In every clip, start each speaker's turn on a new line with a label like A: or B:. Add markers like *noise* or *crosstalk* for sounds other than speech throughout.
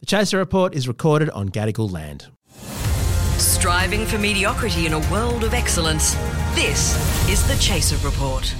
A: The Chaser Report is recorded on Gadigal land.
B: Striving for mediocrity in a world of excellence. This is the Chaser Report.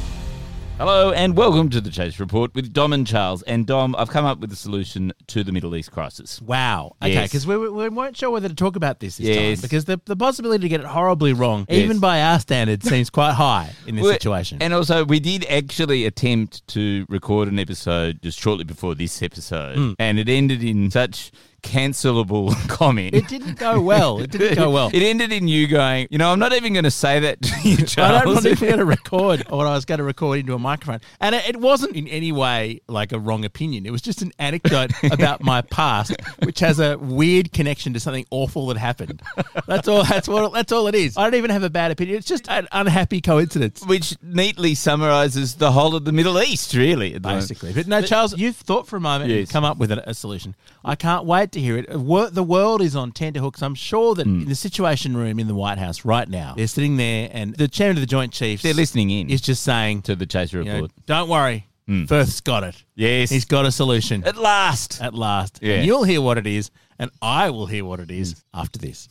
C: Hello and welcome to the Chase Report with Dom and Charles. And Dom, I've come up with a solution to the Middle East crisis.
A: Wow. Okay,
C: Yes.
A: because we, we weren't sure whether to talk about this this
C: Yes.
A: time because the, the possibility to get it horribly wrong,
C: Yes.
A: even by our standards, seems quite high in this
C: Well,
A: situation.
C: And also, we did actually attempt to record an episode just shortly before this episode,
A: Hmm.
C: and it ended in such cancelable *laughs* comment.
A: it didn't go well. *laughs* It didn't go well.
C: *laughs* It ended in you going, you know, I'm not even going to say that to you, Charles.
A: I don't want to be able to record what I was going to record into a microphone. And it, it wasn't in any way like a wrong opinion. It was just an *laughs* anecdote about my past, which has a weird connection to something awful that happened. That's all. That's what. That's all it is. I don't even have a bad opinion. It's just an unhappy coincidence.
C: *laughs* Which neatly summarizes the *laughs* whole of the Middle East, really. at the moment.
A: Basically, but no, Charles, you've thought for a moment and
C: Yes.
A: come up with a, a solution. I can't wait to hear it. Wor- The world is on tenterhooks. I'm sure that
C: Mm.
A: in the Situation Room in the White House right now, they're sitting there, and the chairman of the Joint Chiefs
C: They're listening in
A: is just saying,
C: to the Chase
A: You know,
C: Report.
A: don't worry. Firth's got it.
C: Yes.
A: He's got a solution
C: At last.
A: at last.
C: Yeah. Mm.
A: And you'll hear what it is, and I will hear what it is after this.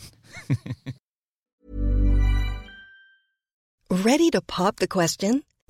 D: Ready to pop the question?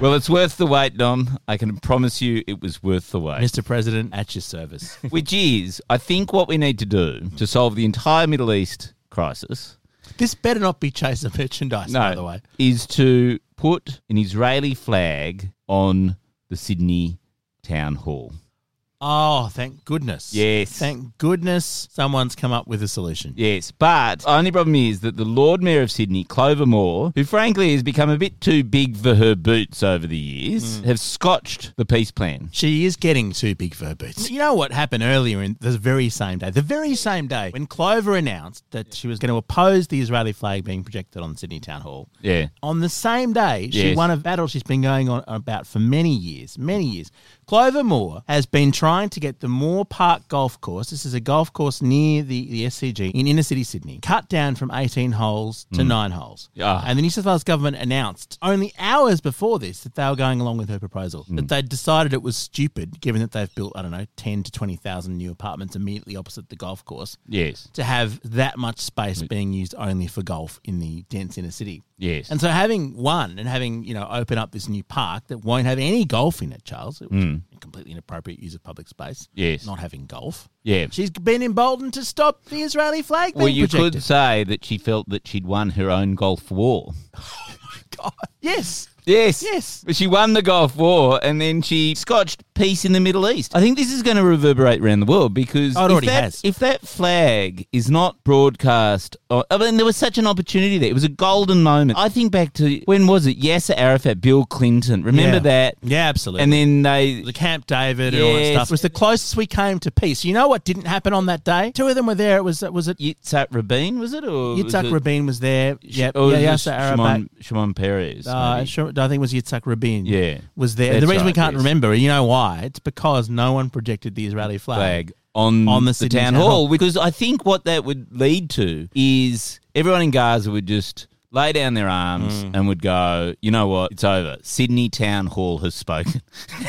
C: Well, it's worth the wait, Dom. I can promise you it was worth the wait.
A: Mr. President, at your
C: *laughs*
A: service.
C: Which is, I think, what we need to do to solve the entire Middle East crisis.
A: this better not be chaser merchandise, by the way.
C: is to put an Israeli flag on the Sydney town hall.
A: Oh, thank goodness.
C: Yes.
A: Thank goodness someone's come up with a solution.
C: Yes, but only problem is that the Lord Mayor of Sydney, Clover Moore, who frankly has become a bit too big for her boots over the
A: Mm.
C: years, have scotched the peace plan.
A: She is getting too big for her boots. You know what happened earlier in the very same day? The very same day when Clover announced that she was going to oppose the Israeli flag being projected on the Sydney Town Hall.
C: Yeah.
A: On the same day, she
C: Yes.
A: won a battle she's been going on about for many years, many years. Clover Moore has been trying to get the Moore Park Golf Course, this is a golf course near the, the SCG in inner city Sydney, cut down from 18 holes to nine holes.
C: Mm. Ah.
A: And the New South Wales government announced only hours before this that they were going along with her proposal,
C: Mm.
A: that they decided it was stupid, given that they've built, I don't know, 10 to 20,000 new apartments immediately opposite the golf course.
C: Yes.
A: To have that much space
C: Mm.
A: being used only for golf in the dense inner city.
C: Yes.
A: And so having one and having, you know, open up this new park that won't have any golf in it, Charles, it was completely inappropriate use of public space.
C: Hmm. Yes.
A: Not having golf.
C: yeah.
A: She's been emboldened to stop the Israeli flag being
C: Well, you
A: projected.
C: could say that she felt that she'd won her own Gulf War.
A: Yes.
C: Yes.
A: Yes.
C: But she won the Gulf War and then she scotched peace in the Middle East. I think this is going to reverberate around the world because
A: Oh, it
C: if,
A: already
C: that,
A: has.
C: if that flag is not broadcast, or, I mean, there was such an opportunity there. It was a golden moment. I think back to when was it? Yasser Arafat, Bill Clinton. Remember
A: Yeah.
C: that?
A: Yeah, absolutely.
C: And then they.
A: the Camp David and all that
C: Yes.
A: stuff. It was the closest we came to peace. You know what didn't happen on that day? Two of them were there. It was was it
C: Yitzhak Rabin, was it? Or was
A: Yitzhak
C: it-
A: Rabin was there.
C: Sh-
A: Yep.
C: or
A: yeah,
C: was it
A: Yasser Arafat.
C: Shimon, Shimon Peres.
A: Uh,
C: maybe?
A: sure, I think it was Yitzhak Rabin.
C: Yeah.
A: was there. the
C: That's
A: reason we
C: right,
A: can't
C: yes.
A: remember, you know why? It's because no one projected the Israeli flag.
C: flag on,
A: On the
C: the,
A: Sydney
C: town,
A: Town
C: hall,
A: Hall.
C: because I think what that would lead to is everyone in Gaza would just lay down their arms and would go, you know what, it's over. Sydney Town Hall has
A: *laughs*
C: spoken.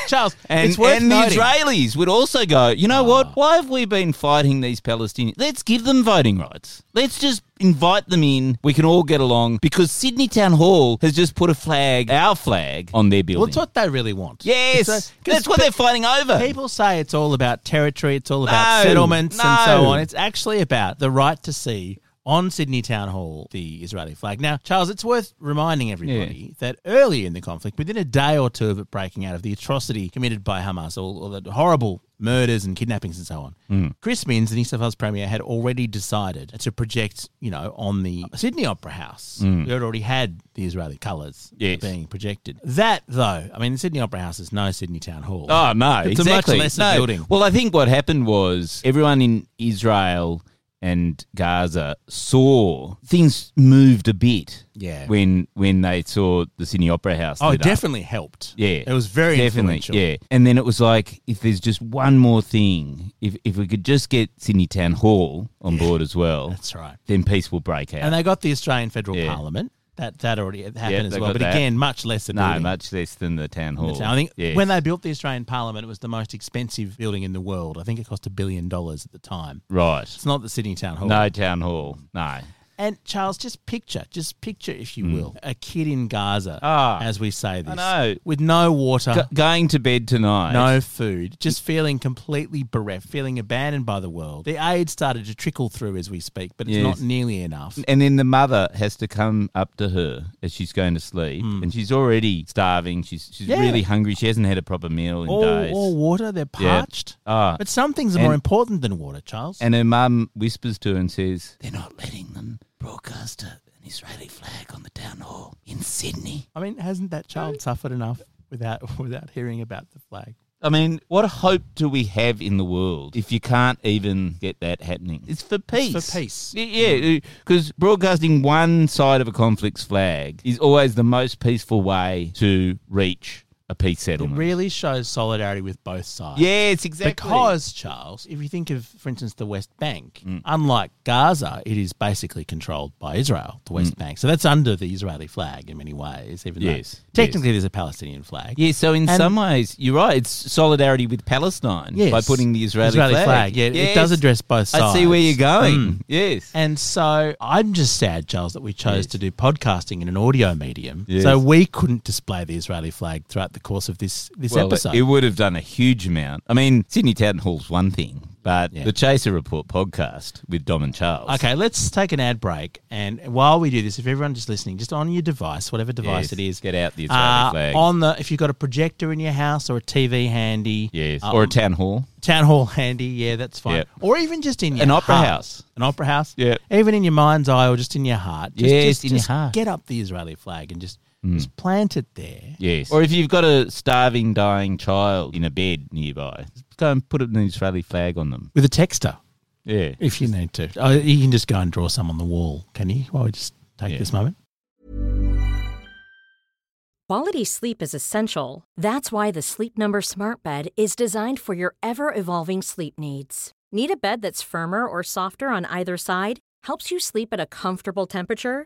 A: Charles,
C: And,
A: it's worth
C: and the
A: noting. Ah.
C: Israelis would also go, you know what, why have we been fighting these Palestinians? Let's give them voting rights. Let's just invite them in. We can all get along because Sydney Town Hall has just put a flag, our flag, on their building.
A: well, it's what they really want.
C: yes,
A: It's a- 'cause
C: that's what
A: pe-
C: they're fighting over.
A: People say it's all about territory, it's all about
C: No,
A: settlements and so
C: no.
A: on. It's actually about the right to see on Sydney Town Hall the Israeli flag. Now, Charles, it's worth reminding everybody that early in the conflict, within a day or two of it breaking out of the atrocity committed by Hamas, all, all the horrible murders and kidnappings and so on,
C: Hmm.
A: Chris Minns, the New South Wales Premier, had already decided to project, you know, on the Sydney Opera House. We had already had the Israeli colours
C: Hmm. Yes.
A: being projected. That, though, I mean, the Sydney Opera House is no Sydney Town Hall.
C: Oh no,
A: It's a much
C: exactly.
A: lesser
C: no.
A: building.
C: Well, I think what happened was everyone in Israel and Gaza saw things moved a bit.
A: Yeah.
C: When when they saw the Sydney Opera House.
A: Oh,
C: lit
A: it
C: up.
A: definitely helped.
C: Yeah,
A: It was very
C: definitely.
A: influential.
C: Yeah, and then it was like if there's just one more thing, if if we could just get Sydney Town Hall on board as well,
A: That's right.
C: then peace will break out.
A: And they got the Australian Federal
C: Yeah.
A: Parliament. That that already happened
C: Yeah,
A: as
C: they
A: well.
C: got
A: But
C: that.
A: again, much less than
C: no, much less than the town hall.
A: I think
C: Yes.
A: when they built the Australian Parliament, it was the most expensive building in the world. I think it cost a billion dollars at the time.
C: right.
A: It's not the Sydney Town Hall.
C: No town hall. No.
A: And Charles, just picture, just picture, if you will, a kid in Gaza,
C: Hmm. Ah,
A: as we say this,
C: know.
A: with no water,
C: Go- going to bed tonight.
A: Ah. no food, just feeling completely bereft, feeling abandoned by the world. The aid started to trickle through as we speak, but it's
C: Yes.
A: not nearly enough.
C: And then the mother has to come up to her as she's going to sleep, and she's already starving. She's she's
A: Yeah.
C: really hungry. She hasn't had a proper meal in
A: All,
C: days.
A: all water, they're
C: Yeah.
A: parched.
C: Ah.
A: But some things are
C: And-
A: more important than water, Charles.
C: And her mum whispers to her and says, "They're not letting them broadcast a- an Israeli flag on the town hall in Sydney."
A: I mean, hasn't that child suffered enough without *laughs* without hearing about the flag?
C: I mean, what hope do we have in the world if you can't even get that happening? It's for peace.
A: for peace.
C: Y- Yeah, because broadcasting one side of a conflict's flag is always the most peaceful way to reach a peace
A: It
C: settlement.
A: really shows solidarity with both sides.
C: Yes, exactly.
A: Because, Charles, if you think of, for instance, the West Bank,
C: Mm.
A: unlike Gaza, it is basically controlled by Israel, the
C: Mm.
A: West Bank. So that's under the Israeli flag in many ways, even
C: Yes, yes.
A: though technically there's a Palestinian flag.
C: Yeah, so in
A: And-
C: some ways, you're right. It's solidarity with Palestine
A: Yes.
C: by putting the Israeli,
A: flag. Yeah, it does
C: Yes.
A: address both sides.
C: I see where you're going.
A: Mm.
C: Yes.
A: And so I'm just sad, Charles, that we chose
C: Yes.
A: to do podcasting in an audio medium.
C: Yes.
A: So we couldn't display the Israeli flag throughout the course of this this
C: well,
A: episode.
C: it would have done a huge amount. I mean, Sydney Town Hall's one thing, but
A: Yeah.
C: the Chaser Report podcast with Dom and Charles.
A: Okay, let's take an ad break. And while we do this, if everyone just listening, just on your device, whatever device
C: Yes,
A: it is,
C: get out the Israeli
A: uh,
C: flag.
A: On the if you've got a projector in your house or a TV handy,
C: Yes.
A: uh,
C: or a town hall.
A: town hall handy, yeah, that's fine.
C: Yep.
A: Or even just in your
C: An opera
A: heart.
C: house.
A: an opera house,
C: Yep.
A: Even in your mind's eye or just in your heart, just,
C: Yes,
A: just,
C: in your
A: just
C: heart. Mm.
A: Get up the Israeli flag and just just plant it there.
C: Yes. Or if you've got a starving, dying child in a bed nearby, go and put an Israeli flag on them.
A: with a texter
C: Yeah.
A: if you need to. Oh, you can just go and draw some on the wall, can you? While we just take
C: Yeah.
A: this moment.
E: Quality sleep is essential. That's why the Sleep Number Smart Bed is designed for your ever evolving sleep needs. Need a bed that's firmer or softer on either side? Helps you sleep at a comfortable temperature?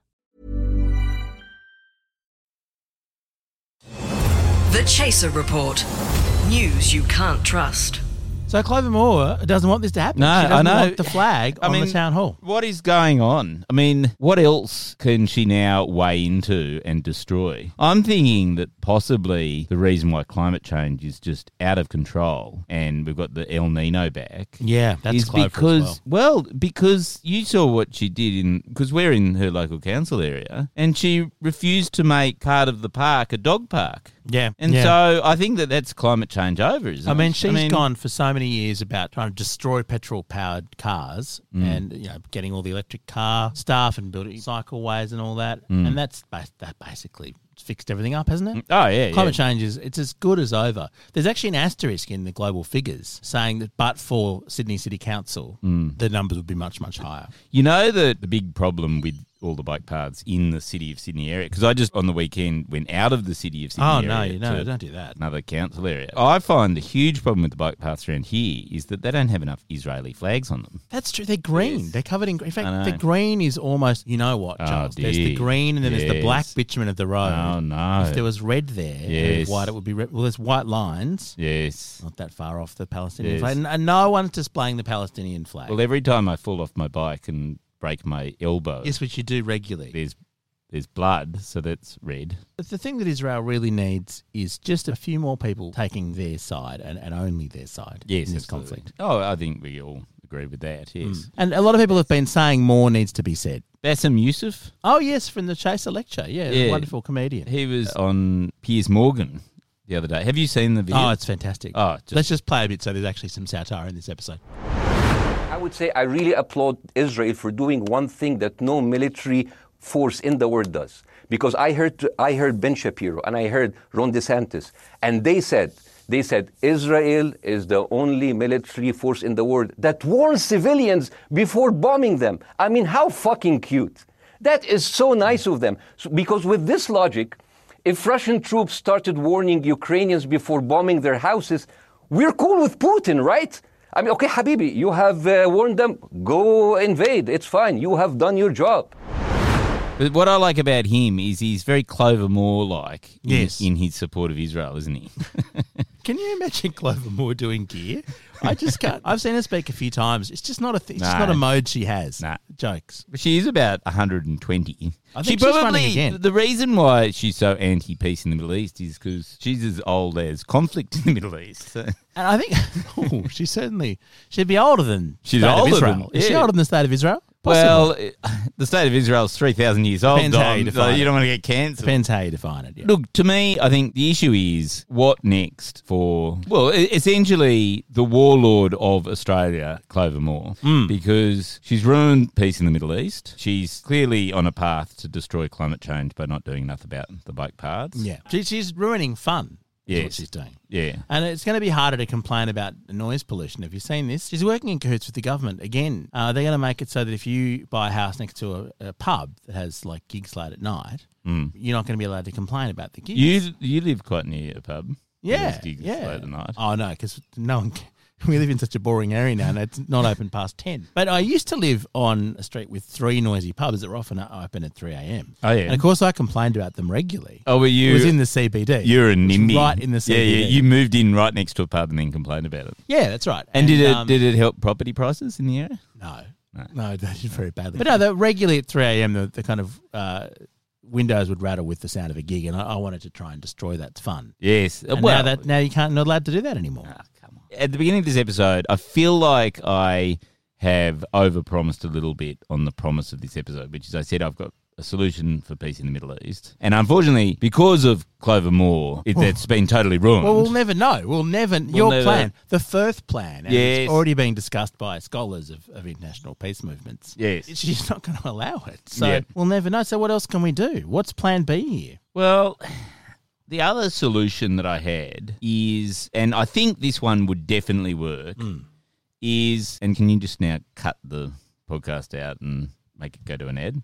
B: The Chaser Report. News you can't trust.
A: So Clover Moore doesn't want this to happen.
C: No,
A: she doesn't
C: I know.
A: want the flag
C: I
A: on
C: mean,
A: the town hall.
C: What is going on? I mean, what else can she now weigh into and destroy? I'm thinking that possibly the reason why climate change is just out of control and we've got the El Nino back.
A: Yeah, that's
C: is
A: Clover as
C: because
A: well.
C: well because you saw what she did in because we're in her local council area and she refused to make part of the park a dog park
A: Yeah,
C: and
A: yeah.
C: so I think that that's climate change over isn't
A: I mean,
C: it?
A: she's gone for so many years about trying to destroy petrol-powered cars
C: Mm.
A: and you know getting all the electric car stuff and building cycleways and all that.
C: Mm.
A: And that's ba- that basically fixed everything up, hasn't it?
C: oh yeah
A: Climate
C: yeah.
A: change is it's as good as over. There's actually an asterisk in the global figures saying that but
C: Mm.
A: for Sydney City Council, the numbers would be much much higher.
C: You know the, the big problem with all the bike paths in the city of Sydney area. Because I just on the weekend went out of the city of Sydney.
A: Oh,
C: area
A: no, you- no,
C: to
A: don't do that.
C: Another council area. I find the huge problem with the bike paths around here is that they don't have enough Israeli flags on them.
A: That's true. They're green.
C: Yes.
A: They're covered in green. In
C: I
A: fact, the
C: know.
A: green is almost, you know what,
C: Oh,
A: Charles? there's the
C: dear.
A: green and then there's the black
C: Yes.
A: bitumen of the road.
C: Oh no!
A: If there was red there, and
C: Yes.
A: white, it would be red. Well, there's white lines.
C: yes.
A: Not that far off the Palestinian
C: Yes.
A: flag. And- And no one's displaying the Palestinian flag.
C: Well, every time I fall off my bike and break my elbow,
A: yes, which you do regularly.
C: there's there's blood, so that's red.
A: But the thing that Israel really needs is just a few more people taking their side and, and only their side in this
C: absolutely.
A: conflict.
C: Oh, I think we all agree with that. Yes.
A: And a lot of people have been saying more needs to be said.
C: Bassem Youssef,
A: Oh, yes, from the Chaser lecture. Yeah,
C: Yeah.
A: wonderful comedian.
C: he was on Piers Morgan the other day. Have you seen the video?
A: Oh, it's fantastic.
C: Oh, just-
A: Let's just play a bit so there's actually some satire in this episode.
F: I would say I really applaud Israel for doing one thing that no military force in the world does. Because I heard, I heard Ben Shapiro and I heard Ron DeSantis, and they said, they said Israel is the only military force in the world that warns civilians before bombing them. I mean, how fucking cute. That is so nice of them. So- because with this logic, if Russian troops started warning Ukrainians before bombing their houses, we're cool with Putin, right? I mean, okay, Habibi, you have uh, warned them, go invade. It's fine. You have done your job.
C: But what I like about him is he's very Clover Moore like
A: Yes.
C: in, in his support of Israel, isn't he? *laughs*
A: Can you imagine Clover Moore doing gear? I just can't. *laughs* I've seen her speak a few times. It's just not a thing. It's just
C: Nah.
A: not a mode she has.
C: Nah.
A: Jokes.
C: she is about 120.
A: I
C: she
A: think she's running
C: probably,
A: again.
C: the reason why she's so anti peace in the Middle East is because she's as old as conflict in the Middle East. *laughs* So-
A: And I think *laughs* oh, she certainly she'd be older than
C: She's
A: state of
C: older
A: Israel.
C: than-
A: Is she
C: yeah.
A: older than the state of Israel? Possibly.
C: Well, it- the state of Israel's 3,000 years old,
A: Depends how you
C: Dom, so
A: define
C: you
A: it.
C: don't want to get cancer.
A: depends how you define it. Yeah.
C: Look, to me, I think the issue is what next for, well, e- essentially the warlord of Australia, Clover Moore,
A: Mm.
C: because she's ruined peace in the Middle East. She's clearly on a path to destroy climate change by not doing enough about the bike paths.
A: yeah, she, she's ruining fun. is what
C: Yes.
A: she's doing.
C: Yeah.
A: And it's going to be harder to complain about noise pollution. Have you seen this? She's working in cahoots with the government again. Uh, they're going to make it so that if you buy a house next to a, a pub that has like gigs late at night, you're not going to be allowed to complain about the gigs.
C: Mm. You you live quite near a pub.
A: yeah,
C: There's gigs
A: yeah.
C: late at night.
A: Oh no, because no one. Can, *laughs* we live in such a boring area now, and it's not open past ten. But I used to live on a street with three noisy pubs that were often uh, open at three a.m.
C: Oh, yeah.
A: and of course I complained about them regularly.
C: Oh, were
A: it
C: you?
A: was in the CBD.
C: you're a
A: It was
C: NIMBY.
A: right in the
C: Yeah,
A: CBD.
C: yeah. You moved in right next to a pub and then complained about it.
A: Yeah, that's right.
C: And, did it
A: um,
C: did it help property prices in the area?
A: No. No, *laughs* they did very badly. But no, the, regularly at 3 a.m., the, the kind of uh, windows would rattle with the sound of a gig, and I, I wanted to try and destroy that fun.
C: Yes.
A: And now, that, now you can't, not allowed to do that anymore.
C: Ah, at the beginning of this episode, I feel like I have overpromised a little bit on the promise of this episode, which is I said I've got a solution for peace in the Middle East, and unfortunately, because of Clover Moore, it, that's been totally ruined.
A: Well, we'll never know. Mm. We'll never. your
C: never-
A: plan, the Firth plan, and
C: Yes.
A: it's already being discussed by scholars of, of international peace movements.
C: Yes.
A: She's not going to allow it. So
C: Yeah.
A: we'll never know. So what else can we do? What's plan B here?
C: Well, the other solution that I had is, and I think this one would definitely work,
A: Hmm.
C: is, and can you just now cut the podcast out and make it go to an ad?